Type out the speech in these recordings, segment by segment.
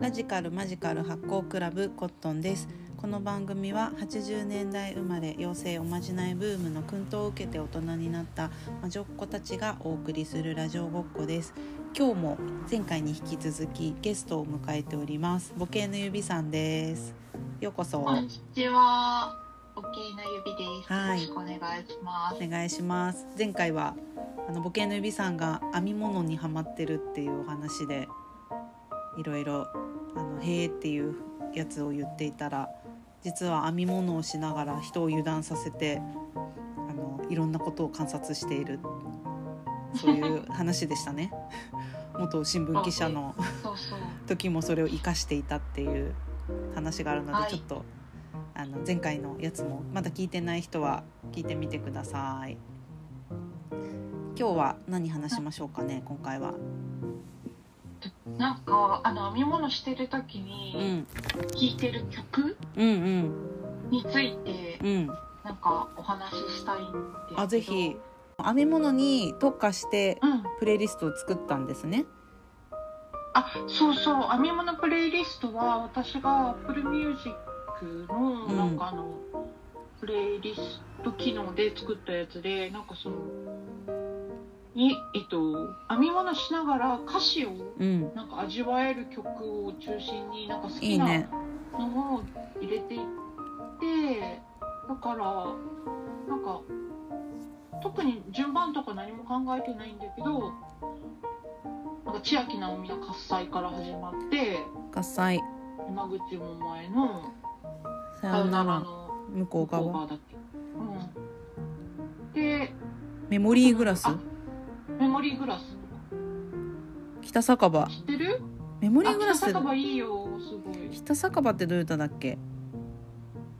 ラジカルマジカル発行クラブコットンですこの番組は80年代生まれ妖精おまじないブームの薫陶を受けて大人になった魔女っ子たちがお送りするラジオごっこです今日も前回に引き続きゲストを迎えておりますボケの指さんですようこそこんにちは。オッケーの指です。はいよろしくお願いします。お願いします前回はあのボケの指さんが編み物にはまってるっていうお話でいろいろあの「へえ」っていうやつを言っていたら実は編み物をしながら人を油断させてあのいろんなことを観察しているそういう話でしたね元新聞記者のそうそう。時もそれを生かしていたっていう話があるので、はいちょっとあの前回のやつもまだ聞いてない人は聞いてみてください。今日は何話しましょうかね今回は。なんかあの編み物してる時うにん聴いてる曲うんうんについてうん。なんかお話ししたいんですけど。あぜひ編み物に特化してうん。プレイリストを作ったんですね。あそうそう編み物プレイリストは私が Apple Music のうんなんかあの、プレイリスト機能で作ったやつでなんかそのにえっと編み物しながら歌詞をうんなんか味わえる曲を中心になんか好いきいなね。のを入れていって、だからなんか特に順番とか何も考えてないんだけどなんか千秋直美の「喝采」から始まって喝采山口百恵の「ささよよななららの向こ向うこ側う側」だっけ。うん、でメモリーグラスあメモリーグラス北酒場知ってるメモリあーグラ北ス酒場いいよすごい北酒場ってどういう歌だっけ？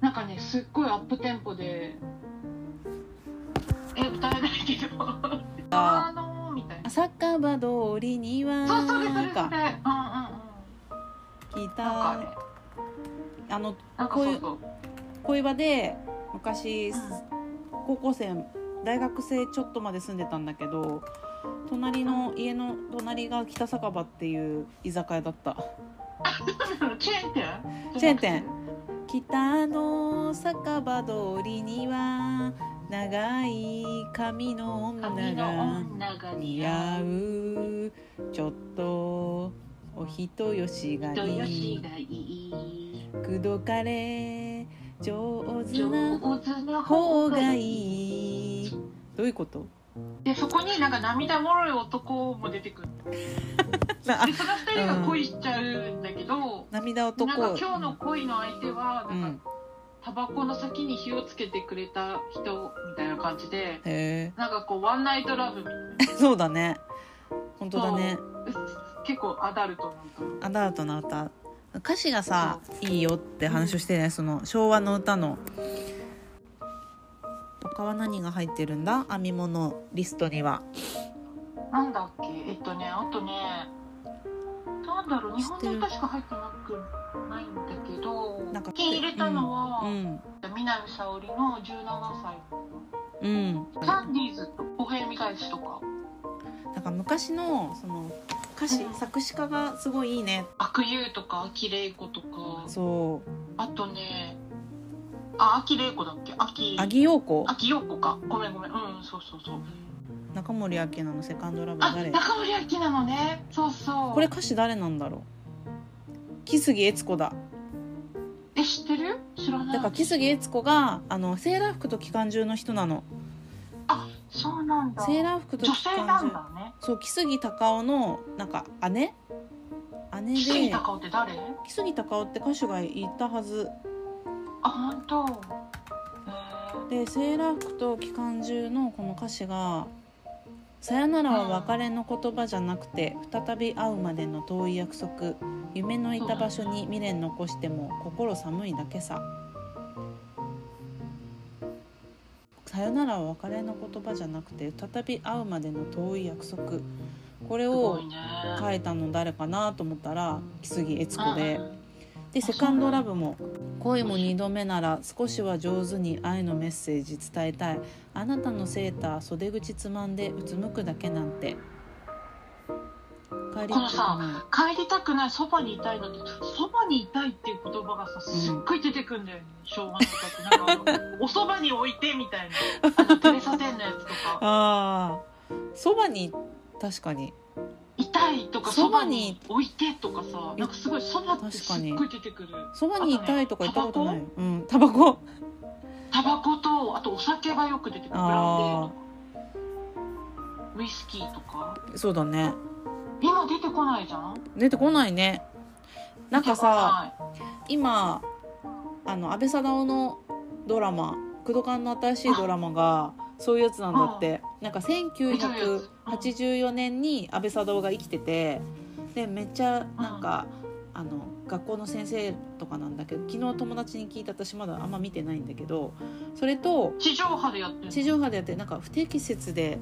なんかねすっごいアップテンポでえ歌えないけど「あのー」みたいな酒場通りにはそ うそれそれそれうんうんうんか聞いなんかあれたあのなんかそうそう恋場で昔う高校生大学生ちょっとまで住んでたんだけど隣の家の隣が北酒場っていう居酒屋だったんチェーン店チェーン店北の酒場通りには長い髪の女髪がの女が似似合合ううちょっとお人よしが人よいいしがいいくどかれ上手上な手な方方ががいいいいどういう ことでそこになんか涙もろい男も出てくるでその二人が恋しちゃうんだけど、涙男なんか今日の恋の相手はうなんか、んタバコの先に火をつけてくれた人みたいな感じでへなんかこうワンナイトラブみたいえ そうだね本当だねな結構アダルトなんかアダルトな歌歌詞がさいいよって話をしてねその昭和の歌の他は何が入ってるんだ編み物リストにはなんだっけえっとねあとねなんだろう日本の歌しか入ってなくないんだけどなんか金入れたのは、うん南沙織の17歳うんサンディーズと「歩兵見返し」とかだから昔のその歌詞うん作詞家がすごいいいね「悪友」とか「秋玲子」とかそうあとねあ秋玲子だっけ秋阿木陽子秋陽子かごめんごめんうんそうそうそう中森明菜のセカンドラブあ誰中森明菜のねそうそうこれ歌詞誰なんだろう木杉悦子だえ知ってる知らないだから木杉悦子があのセーラー服と機関銃の人なのそうなんだセーラー服と女機性な関ん銃だねそう木杉隆夫のなんか姉姉木で杉隆夫って誰木杉隆夫って歌手がいたはずあ本当えでセーラー服と機関銃のこの歌詞が「さよならは別れの言葉じゃなくて再び会うまでの遠い約束夢のいた場所に未練残しても心寒いだけさ」「さよならは別れの言葉じゃなくて再び会うまでの遠い約束」これー、すごをいね書いたの誰かなと思ったら木杉悦子でうん。であセカンドラブも恋も二度目なら少しは上手に愛のメッセージ伝えたいあなたのセーター袖口つまんでうつむくだけなんて帰りたくな帰りたくないそばにいたいのってそばにいたいっていう言葉がさすっごい出てくんだよね、昭和の歌ってなんか あのおそばに置いてみたいなあのテレサテンのやつといかああそばに確かにいたいとかそそばばにに置いてとかさなんかすごいそばってすっごい出てくるそばにいたいとか言ったことないうんタバコタバコとあとお酒がよく出てくるブランあデーウイスキーとあかそうだね今出てこないじゃん出てこないねなんかさ出てこ今あの安倍貞夫のドラマ工藤館の新しいドラマがそういうやつなんだってなんか1984年に安倍貞夫が生きててでめっちゃなんかあの学校の先生とかなんだけど昨日友達に聞いた私まだあんま見てないんだけどそれとない地上波でやってる地上波でやってなんか不適切で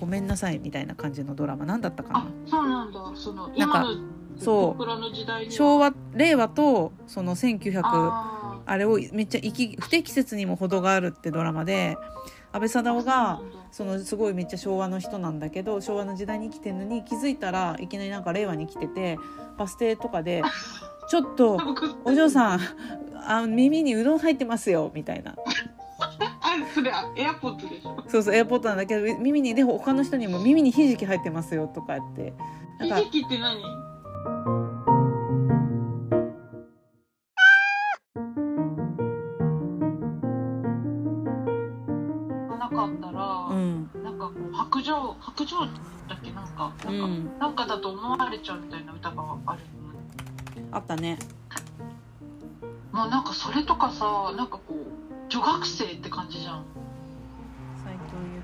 ごめんなさいみたいな感じのドラマ何だったかなあそうなんだそのなんか今のそう僕らの時代には昭和令和とその1900ああれをめっちゃ生き不適切にも程があるってドラマで安倍ー貞夫がそうなんそのだすごいめっちゃ昭和の人なんだけど昭和の時代に生きてるのに気づいたらいきなりなんか令和に来ててバス停とかで「ちょっとお嬢ん。さんあ耳にうどん入ってますよ」みたいなあれそれあエアポッドでしょ。そうそうエアポートなんだけど耳にで他の人にも「耳にひじき入ってますよ」とかやってなんひかじきって何？なかったうら、んなんかこう白状白状だっけなんかうなんか、んなんかだと思われちゃうみたいな歌がある。あったねもうなんかそれとかさなんかこう女学生って感じじゃん。斉藤由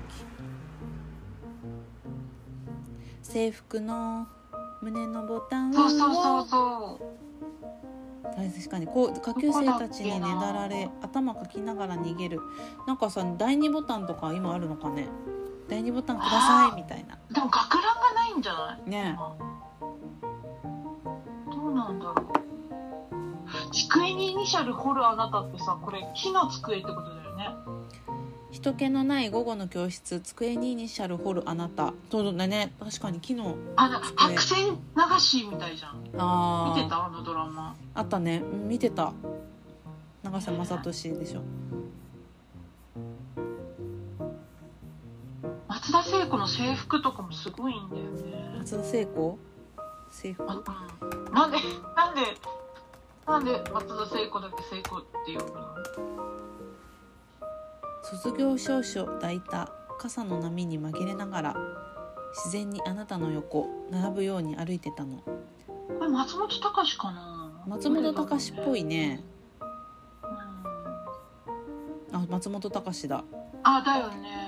貴制服の胸のボタンをそうそうそうそう。確かにこう下級生たちにねどこだだっけなられ頭かきながら逃げるなんかさ第二ボタンとか今あるのかね第二ボタンくださいみたいなでも学ランがないんじゃない？ねどうなんだろう机にイニシャル掘るあなたってさこれ木の机ってことだよね人気のない午後の教室机にイニシャル掘るあなたそうだね確かに昨日あの机白線流しみたいじゃん見あてあたあのドラマあったねうん見てた長瀬正敏でしょ松田聖子の制服とかもすごいんだよね松田聖子制服あうんなんでなんでなんで松田聖子だけ聖子って呼ぶの卒業証書抱いた傘の波に紛れながら自然にあなたの横並ぶように歩いてたのこれ松本隆かな松本隆っぽいねうんあ松本隆だあだよね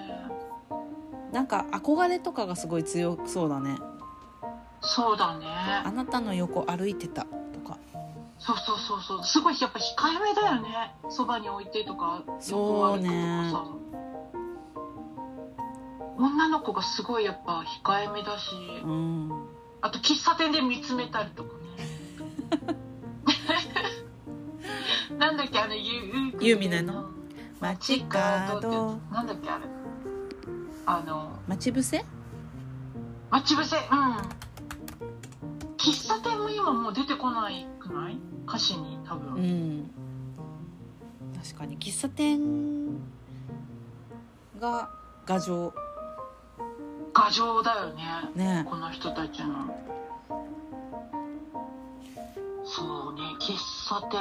なんか憧れとかがすごい強そうだねそうだねあなたの横歩いてたとかそうそうそうそうすごいやっぱ控えめだよねそばに置いてとかそうねよくあるけどさ女の子がすごいやっぱ控えめだしうんあと喫茶店で見つめたりとか ねなんだっけあのユユーミンなの街角なんだっけあれあの待ち伏せ待ち伏せうん喫茶店も今もう出てこないくない歌詞に多分、うん確かに喫茶店が牙城牙城だよねねこの人たちのそうね喫茶店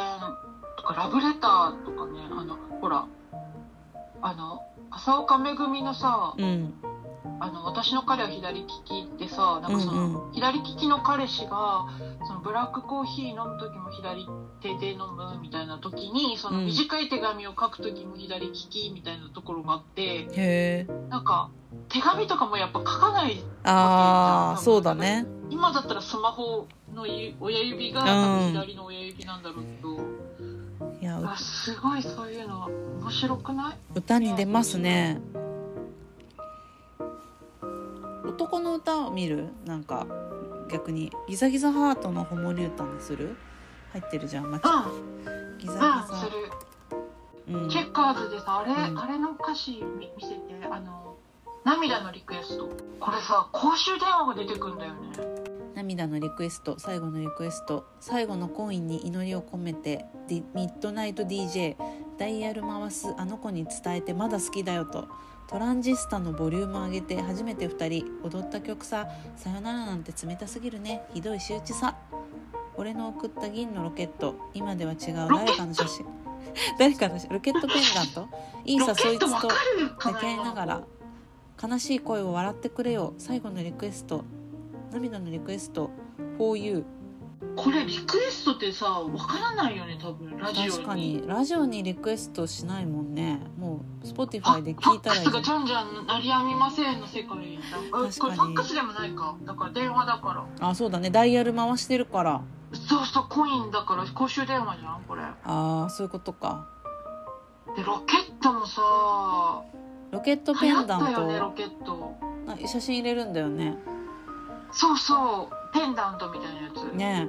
とかラブレターとかねあのほらあの浅岡めぐみのさ「うんあの私の彼は左利き」ってさなんかその、うんう左利きの彼氏がそのブラックコーヒー飲む時も左手で飲むみたいな時にそのうん短い手紙を書く時も左利きみたいなところがあってへえなんか手紙とかもやっぱ書かないああそうだね今だったらスマホのゆ親指がうん左の親指なんだろうけど、いやあすごいそういうの面白くない歌に出ますね男の歌を見るなんか逆にギザギザハートの子守歌にする入ってるじゃん、まうあ、んギザギうんすザ、るうん、チェッカーズでさあれ、うんあれの歌詞見見せてあの「涙のリクエスト」これさ公衆電話が出てくんだよね涙のリクエスト最後のリクエスト最後のコインに祈りを込めてディミッドナイト DJ ダイヤル回すあの子に伝えてまだ好きだよとトランジスタのボリューム上げて初めて2人踊った曲ささよならなんて冷たすぎるねひどい仕打ちさ俺の送った銀のロケット今では違う誰かの写真 誰かの写ロケットペンダントいいさロケそいッつトわとかるかな抱き合いながら悲しい声を笑ってくれよ最後のリクエスト涙のリクエスト for you これリクエストってさわからないよね多分ラジオに確かにラジオにリクエストしないもんねもうあ Spotify フでァ聞いッたクらいスがいじゃんじゃん鳴りやみませんの世界だあこれ確かにファックスでもないかだから電話だからあそうだねダイヤル回してるからそうそうコインだから公衆電話じゃんこれあーそういうことかでロケットもさロケット流ペ行ンっダたンよト、ねロケットあ写真入れるんだよねそうそうペンダントみたいなやつ、リクエスね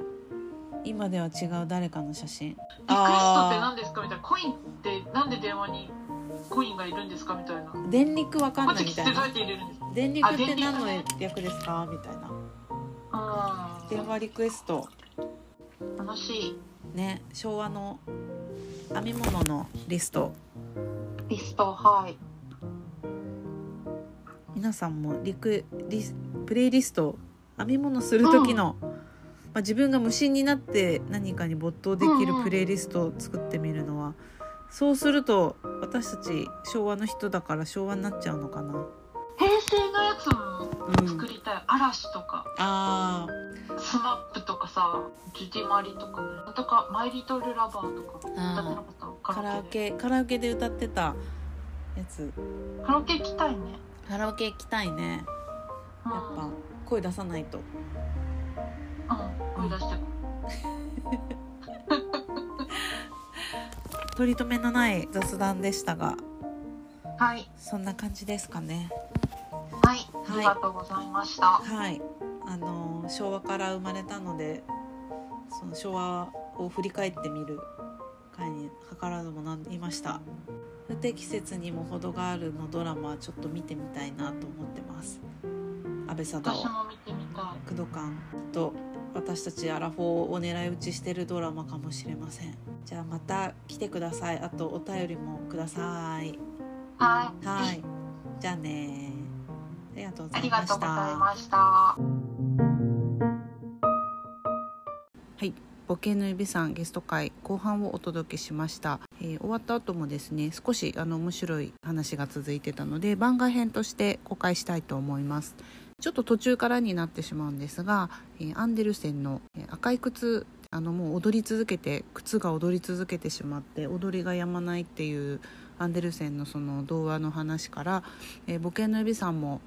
え今では違う誰かの写真トってあ何ですかみたいなコインってなんで電話にコインがいるんですかみたいなー電力わかんマないみジ切たっていなどうやって入れるんですか電力って何のあ電略ですかみたいなあ電話リクエストー楽しいね昭和の編み物のリストリストはい皆さんもリクリスプレイリスト編み物する時の、まあ、自分が無心になって何かに没頭できうんうるんプレイリストを作ってみるのはそうすると私たち昭和の人だから昭和になっちゃうのかな。平成のやつもうん作、りたい、嵐とかあスマップとかさジュディマリとかなんとかマイリトルラバーとかあー歌ってなかったーカラオでケカラオケで歌ってたやつカラオケ行きたいねカラオケ行きたいねうんやっぱ声出さないとうん声出して取り留めのない雑談でしたがはいそんな感じですかね。はいありがとうございました、はい、あの昭和から生まれたのでその昭和を振り返ってみる回に図らずもなりました不適切にも程があるのドラマちょっと見てみたいなと思ってます安倍貞私夫も見てみたい工藤館と私たちアラフォーを狙い撃ちしてるドラマかもしれませんじゃあまた来てくださいあとお便りもくださいはい、はいじゃあねありがとうごあざりいがまとうしございたましたはい、ボケの指さんゲスト会後半をお届けしました、えー終わった後もですね少しあの面白い話が続いてたので番外編として公開したいと思いますちょっと途中からになってしまうんですが、えーアンデルセンのえー赤い靴あのもう踊り続けて靴が踊り続けてしまって踊りが止まないっていうアンデルセンのその童話の話から、えー、ボケの指さんも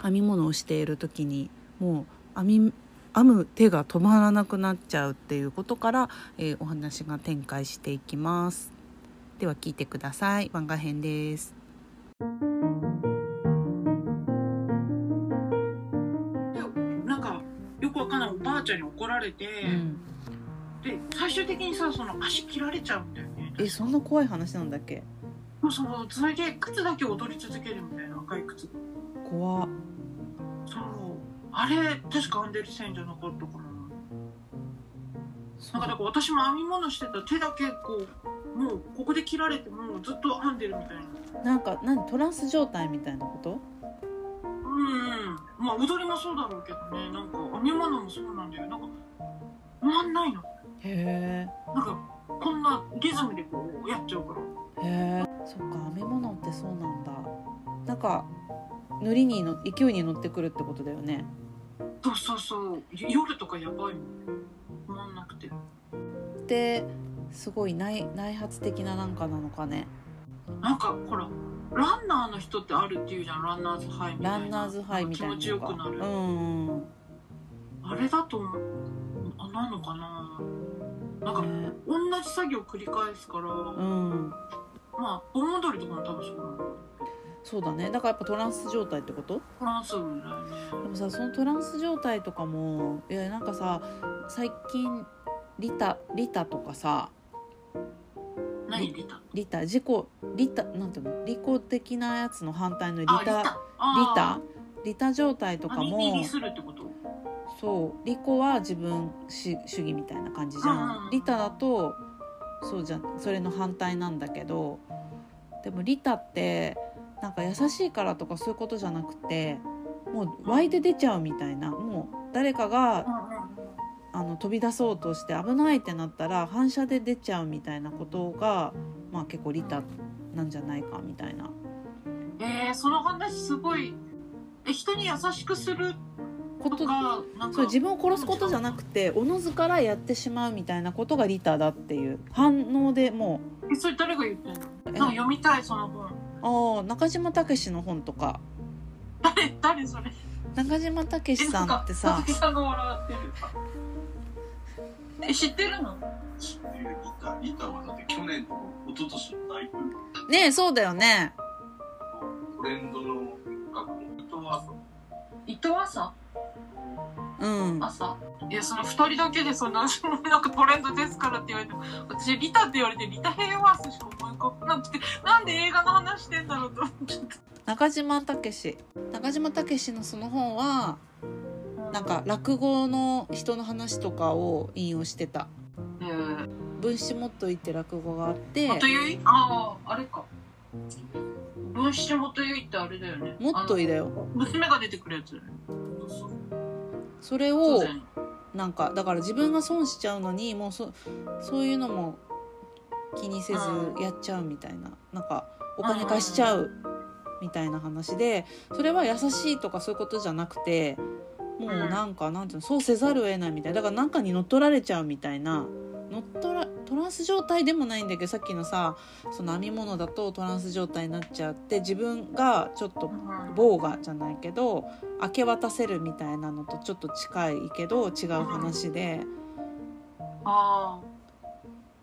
編み物をしている時にもう編み編む手が止まらなくなっちゃうっていうことから、えーお話が展開していきますでは聞いてください番外編ですなんかよくわかんないおばあちゃんに怒られて、うん、で最終的にさその足切られちゃうんだよねえそんな怖い話なんだっけもうそのそれで靴だけ踊り続けるみたいな赤い靴怖っそうあれ確かアンデルセンじゃなかったかななんかだから私も編み物してた手だけこうもうここで切られてもうずっと編んでるみたいななんか何トランス状態みたいなことうんうんまあ踊りもそうだろうけどねなんか編み物もそうなんだよなんか終わんないのへなんかこんなリズムでこうやっちゃうかえらへえそっか編み物ってそうなんだなんか塗りにの勢いに乗ってくるってことだよねそうそうそう夜とかやばいもん終わんなくてってすごい内内発的ななんかなのかねなんかほらランナーの人ってあるっていうじゃんランナーズハイみたいなランナーズハイみたいな気持ちよくなる、うんうんあれだと思うあなのかななんかね同じ作業繰り返すから、うまんあ盆踊りとかも多分そうなのそうだねだからやっぱトランス状態ってことフランスぐらいねでもさそのトランス状態とかもいやなんかさ最近リタリタとかさ何リタリタ自己リタなんていうの利己的なやつの反対のリあタリあタ利他状態とか兄貴もにするってことそう利己は自分主主義みたいな感じじうんうんゃうんん利他だとそうじゃんそれの反対なんだけどでも利他ってなんか優しいからとかそういうことじゃなくてもう湧いて出ちゃうみたいなもう誰かがうんうんあの飛び出そうとして危ないってなったら反射で出ちゃうみたいなことが、まあ、結構利他なんじゃないかみたいな。えー、その話すごいえ人に優しくすることとかなんそうか自分を殺すことじゃなくておのずからやってしまうみたいなことが利他だっていう反応でもえそれ誰が言ってんのえなんか読みたいその本うああ中島武史の本とか誰誰それ 中島武史さんってえなさんか鈴木さんが笑ってるえ知ってるの知ってるギターギターはだって去年と一昨年のライブねえそうだよねトレンドの学校とは伊藤朝うん朝いやその二人だけでそんななんかトレンドですからって言われて私リタって言われてリタ・ヘイワースしか思い浮かばなくてなんで映画の話してんだろうと思っちゃった中島武史中島武史のその本はなんか落語の人の話とかを引用してたえー「分子もっとい」って落語があって元結いあああれか分子元結いってあれだよね「もっとい」だよあの娘が出てくるやつだよねそれそうをだよねなんかだから自分が損しちゃうのにもうそそういうのも気にせずうやっちゃうみたいななんかお金貸しちゃうみたいな話でそれは優しいとかそういうことじゃなくてもうなんかなんていうのそうせざるを得ないみたいなだからなんかに乗っ取られちゃうみたいな乗っ取らトランス状態でもないんだけどさっきのさその編み物だとトランス状態になっちゃって自分がちょっとうん防がじゃないけど明け渡せるみたいなのとちょっと近いけど違う話で、ああ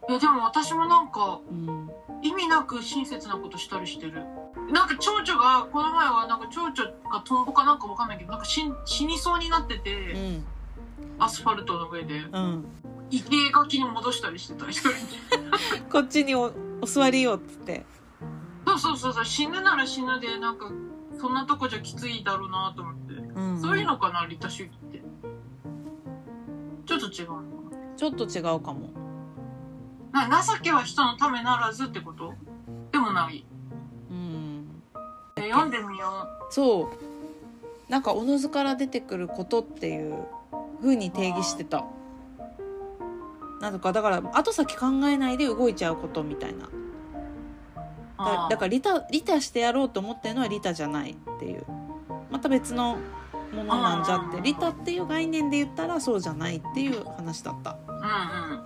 いやでも私もなんかうん、意味なく親切なことしたりしてるなんか蝶々がこの前はなんか蝶々がトンボかなんかわかんないけどなんか死死にそうになってて、うん、アスファルトの上でうん、生垣に戻したりしてた一人でこっちにおお座りよっつって、そうそうそうそう死ぬなら死ぬでなんかそんなとこじゃきついだろうなと思って、うん、そういうのかな利他主義ってちょっと違うのかちょっと違うかもなな情けは人のためならずってことでもないうんえ読んでみよそうなんかおのずから出てくることっていう風に定義してたなんとかだから後先考えないで動いちゃうことみたいなうだだらからリタリタしてやろうと思ってるのはリタじゃないっていうまた別のものなんじゃっあてーリタっていう概念で言ったらそうじゃないっていう話だったうんうん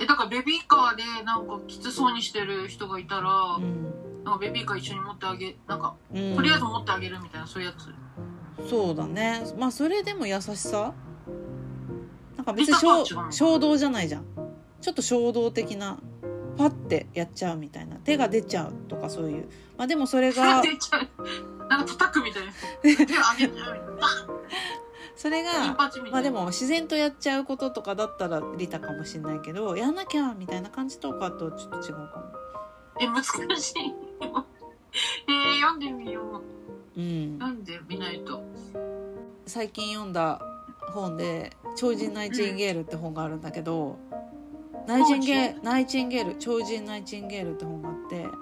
えだからベビーカーでなんかきつそうにしてる人がいたら、うん、なんかベビーカー一緒に持ってあげなんかうんとりあえず持ってあげるみたいなそういうやつそうだねまあそれでも優しさなんか別にリタとは衝違うの衝動じゃないじゃんちょっと衝動的なパッてやっちゃうみたいな手が出ちゃうとかそういうまあでもそれ が出ちゃうなんか叩くみたいな手を上 げちゃうみたいなそれバンがパチみまたあいなでも自然とやっちゃうこととかだったらリタかもしれないけどやんなきゃみたいな感じとかとちょっと違うかえ難しい えー、読んでみよも、うんう、読んでみないと最近読んだ本で「超人ナイチンゲール」って本があるんだけど、ナイチンゲナイチンゲール超人ナイチンゲールって本があってうんうん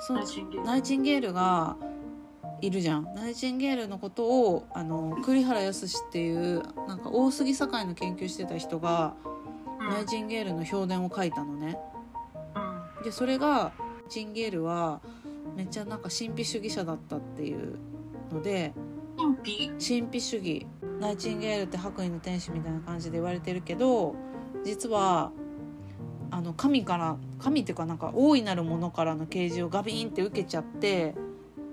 その内心ゲームナイチンゲールがいるじゃんナイチンゲールのことをあの栗原康っていうなんか大杉栄の研究してた人がうんナイチンゲールの評伝を書いたのね。うんでそれがチンゲールはめっちゃなんか神秘主義者だったっていうので神秘神秘主義ナイチンゲールって白衣の天使みたいな感じで言われてるけど実はあの神から神っていうかなんか大いなるものからの啓示をガビーンって受けちゃって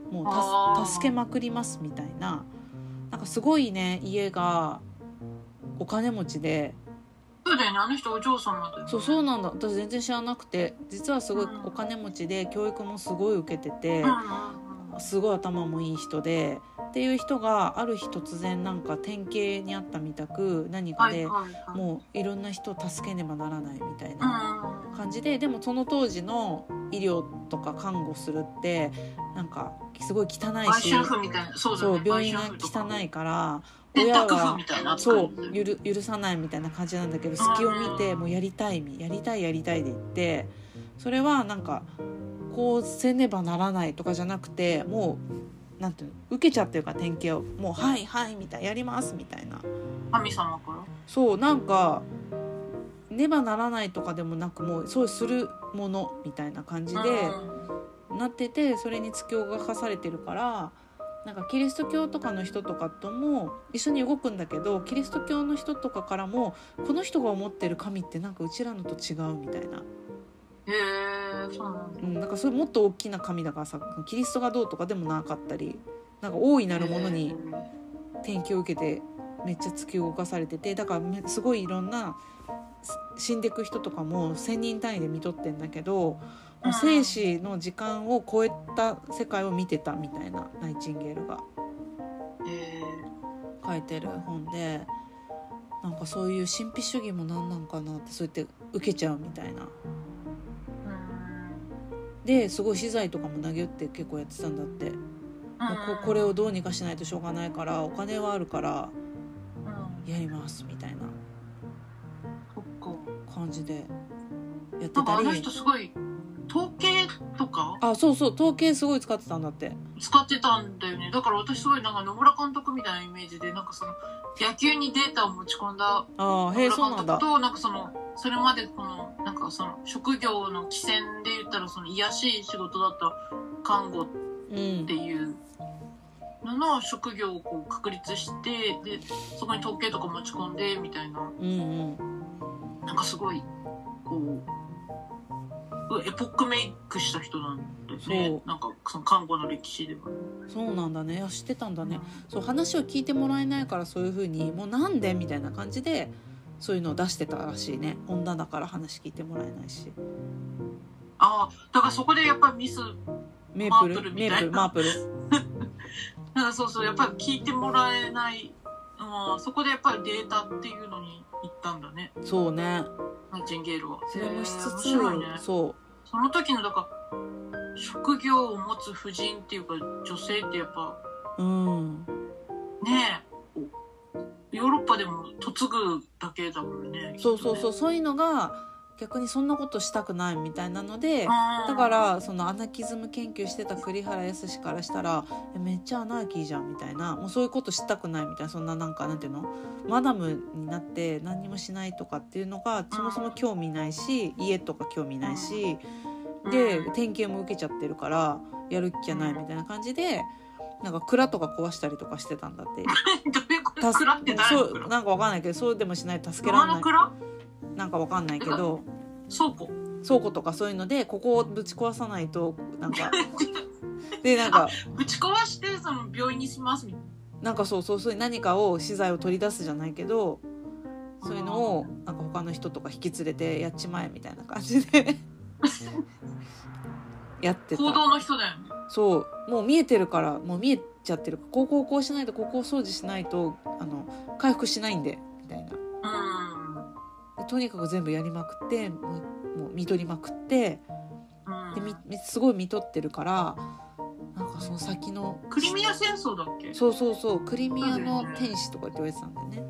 もうあたーす助けまくりますみたいななんかすごいね家がお金持ちでそうだよねあの人お嬢様だよねそうそうなんだ私全然知らなくて実はすごいお金持ちで教育もすごい受けてて。うんうんうんすごい頭もいい人でっていう人がある日突然なんか典型にあったみたく何かはいではいはいもういろんな人を助けねばならないみたいうんな感じででもその当時の医療とか看護するってなんかすごい汚い売し春婦みたいなそうだそようね病院が売春婦とか汚いから洗親濯が婦みたいな扱いそうだよねゆる許さないみたいな感じなんだけど隙を見てもうやりたいみやりたいやりたいで言ってそれはなんかこうせねばならないとかじゃなくてもうなんていうの受けちゃってるから典型をもう「はいはい」みたいな「やります」みたいな神様からそうなんかねばならないとかでもなくもうそうするものみたいな感じで。なっててそれに突き動かされてるからなんかキリスト教とかの人とかとも一緒に動くんだけどキリスト教の人とかからもこの人が思ってる神ってなんかうちらのと違うみたいな,、へえそうなんだうん、なんかそれもっと大きな神だからさキリストがどうとかでもなかったりなんか大いなるものに転機を受けてめっちゃ突き動かされててだからめすごいいろんなす死んでく人とかも1,000人単位で見とってんだけど、うん生死の時間を超えた世界を見てたみたいなナイチンゲールがへえ書いてる本でなんかそういう神秘主義も何なんかなってそうやって受けちゃうみたいな。うんですごい資材とかも投げ打って結構やってたんだって、もうここれをどうにかしないとしょうがないからお金はあるからうんやりますみたいなそっか感じでやってなんかたありの人すごい統計とかあそうそう統計すごい使ってたんだって使ってたんだよねだから私すごいなんか野村監督みたいなイメージでなんかその野球にデータを持ち込んだあ野あへえ村そうな監んだ督となんかそのそれまでこのなんかその職業の起点で言ったらその癒やしい仕事だった看護うっんていうのの職業をこう確立してでそこに統計とか持ち込んでみたいなうんうんなんかすごいこうエポックメイクした人なんだよそうねなんかその看護の歴史では。そうなんだねあ知ってたんだねそう話を聞いてもらえないからそういうふうにもうなんでみたいな感じでそういうのを出してたらしいね女だから話聞いてもらえないしああだからそこでやっぱりミスメープルマープルみメたいーなプルマープルなんかそうそうやっぱり聞いてもらえない、うん、そこでやっぱりデータっていうのに行ったんだねそうねナイチンゲールはそれもしつつ、へえ面白いねそその時のだから職業を持つ婦人っていうか女性ってやっぱううんねえヨーロッパでも嫁ぐだけだもんねそうそううそうそういうのが逆にそんなことしたくないみたいなのでだだからそのアナキズム研究してた栗原康からしたらえめっちゃアナーキーじゃんみたいなもうそういうことしたくないみたいなそんななんかなんていうのマダムになって何にもしないとかっていうのがそもそも興味ないし家とか興味ないし でうん典型も受けちゃってるからやる気がないみたいな感じでなんか蔵とか壊したりとかしてたんだって。どういうことたす 蔵って誰そのう蔵なんかわかんないけどそうでもしないと助けら山れなのい蔵なんかわかんないけど倉庫倉庫とかそういうのでここをぶち壊さないとなん かでなんかぶち壊してその病院にしますみたいなんかそうそうそういう何かを資材を取り出すじゃないけどそういうのをなんか他の人とか引き連れてやっちまえみたいな感じ でやってなた行動の人だよねそうもう見えてるからもう見えちゃってるこうこうこうしないとここを掃除しないとあの回復しないんでみたいなうでとにかく全部やりまくってもうもう見とりまくってんうんでみみすごい見とってるからなんかその先のクリミア戦争だっけそうそうそうクリミアの天使とかって言われてたんだよね。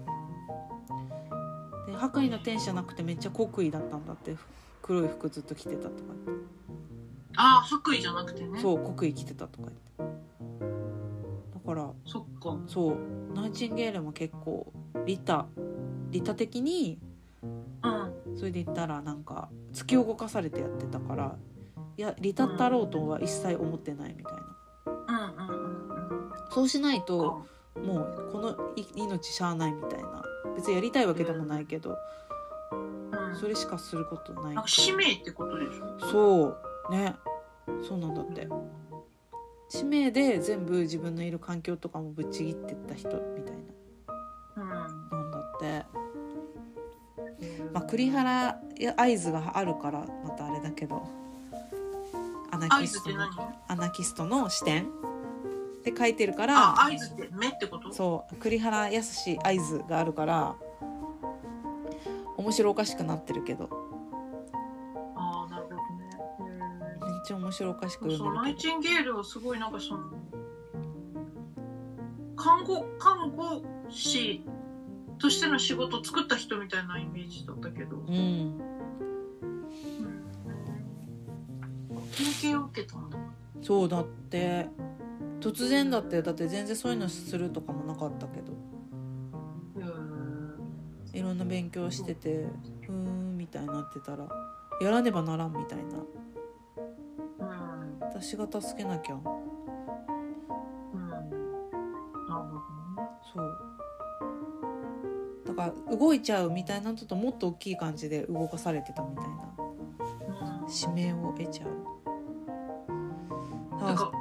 で白衣の天使じゃなくてめっちゃ国威だったんだって黒い服ずっと着てたとか言っああ白衣じゃなくてねてそそう国威着てたとか言ってだからっかそうナイチンゲールも結構リタリタ的にうんそれで言ったらなんか突き動かされてやってたからいやリタったろうとは一切思ってないみたいなうんうんうんそうしないとうんもうこのい命しゃあないみたいな別にやりたいわけでもないけど、うんそれしかすることないなんか使命ってことでしょそうねそうなんだって使命で全部自分のいる環境とかもぶっちぎってった人みたいうんななんだって、まあ、栗原や合図があるからまたあれだけどアナ合キ図スっトての何アナキストの視点って書いてるからあ合図って目ってことそう栗原康合図があるから面白おかしくなってるけどああなるほどねめっちゃ面面白おかしくそうそう読ナめイるけチンゲールはすごいなんかその看護看護師としての仕事を作った人みたいなイメージだったけどど、うん経験を受けたんだそうだって突然だってだって全然そういうのするとかもなかったけどいろんな勉強しててうーんみたいになってたらやらねばならんみたいなうん私が助けなきゃうんなるそうだから動いちゃうみたいなのともっと大きい感じで動かされてたみたいなほどね使命を得ちゃううんなんか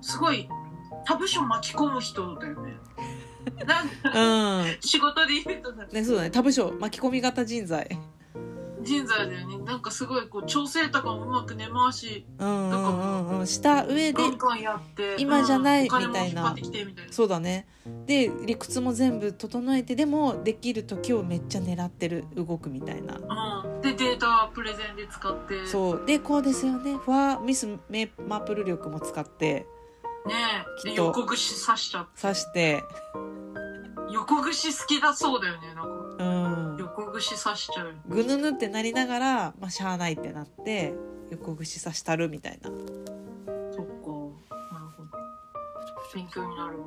すごい他部署巻き込む人だよ ねなんかうん、仕事で言うとなんかね、そうだね他部署巻き込み型人材人材だよねなんかすごいこう調整とかもうまく根回しうんうんうんうんした上でガンガンやって今じゃないうんお金みもたい引っな張ってきてみたいなそうだねで理屈も全部整えてでもできる時をめっちゃ狙ってる動くみたいなうん、でデータはプレゼンで使ってそうでこうですよねわあミスメマープル力も使ってねえきっでと横串刺しちゃう刺して横串好きだそうだよねなんかうん横串刺しちゃうぐぬぬってなりながら、まあ、しゃあないってなって横串刺したるみたいなそっかなるほど勉強になるわ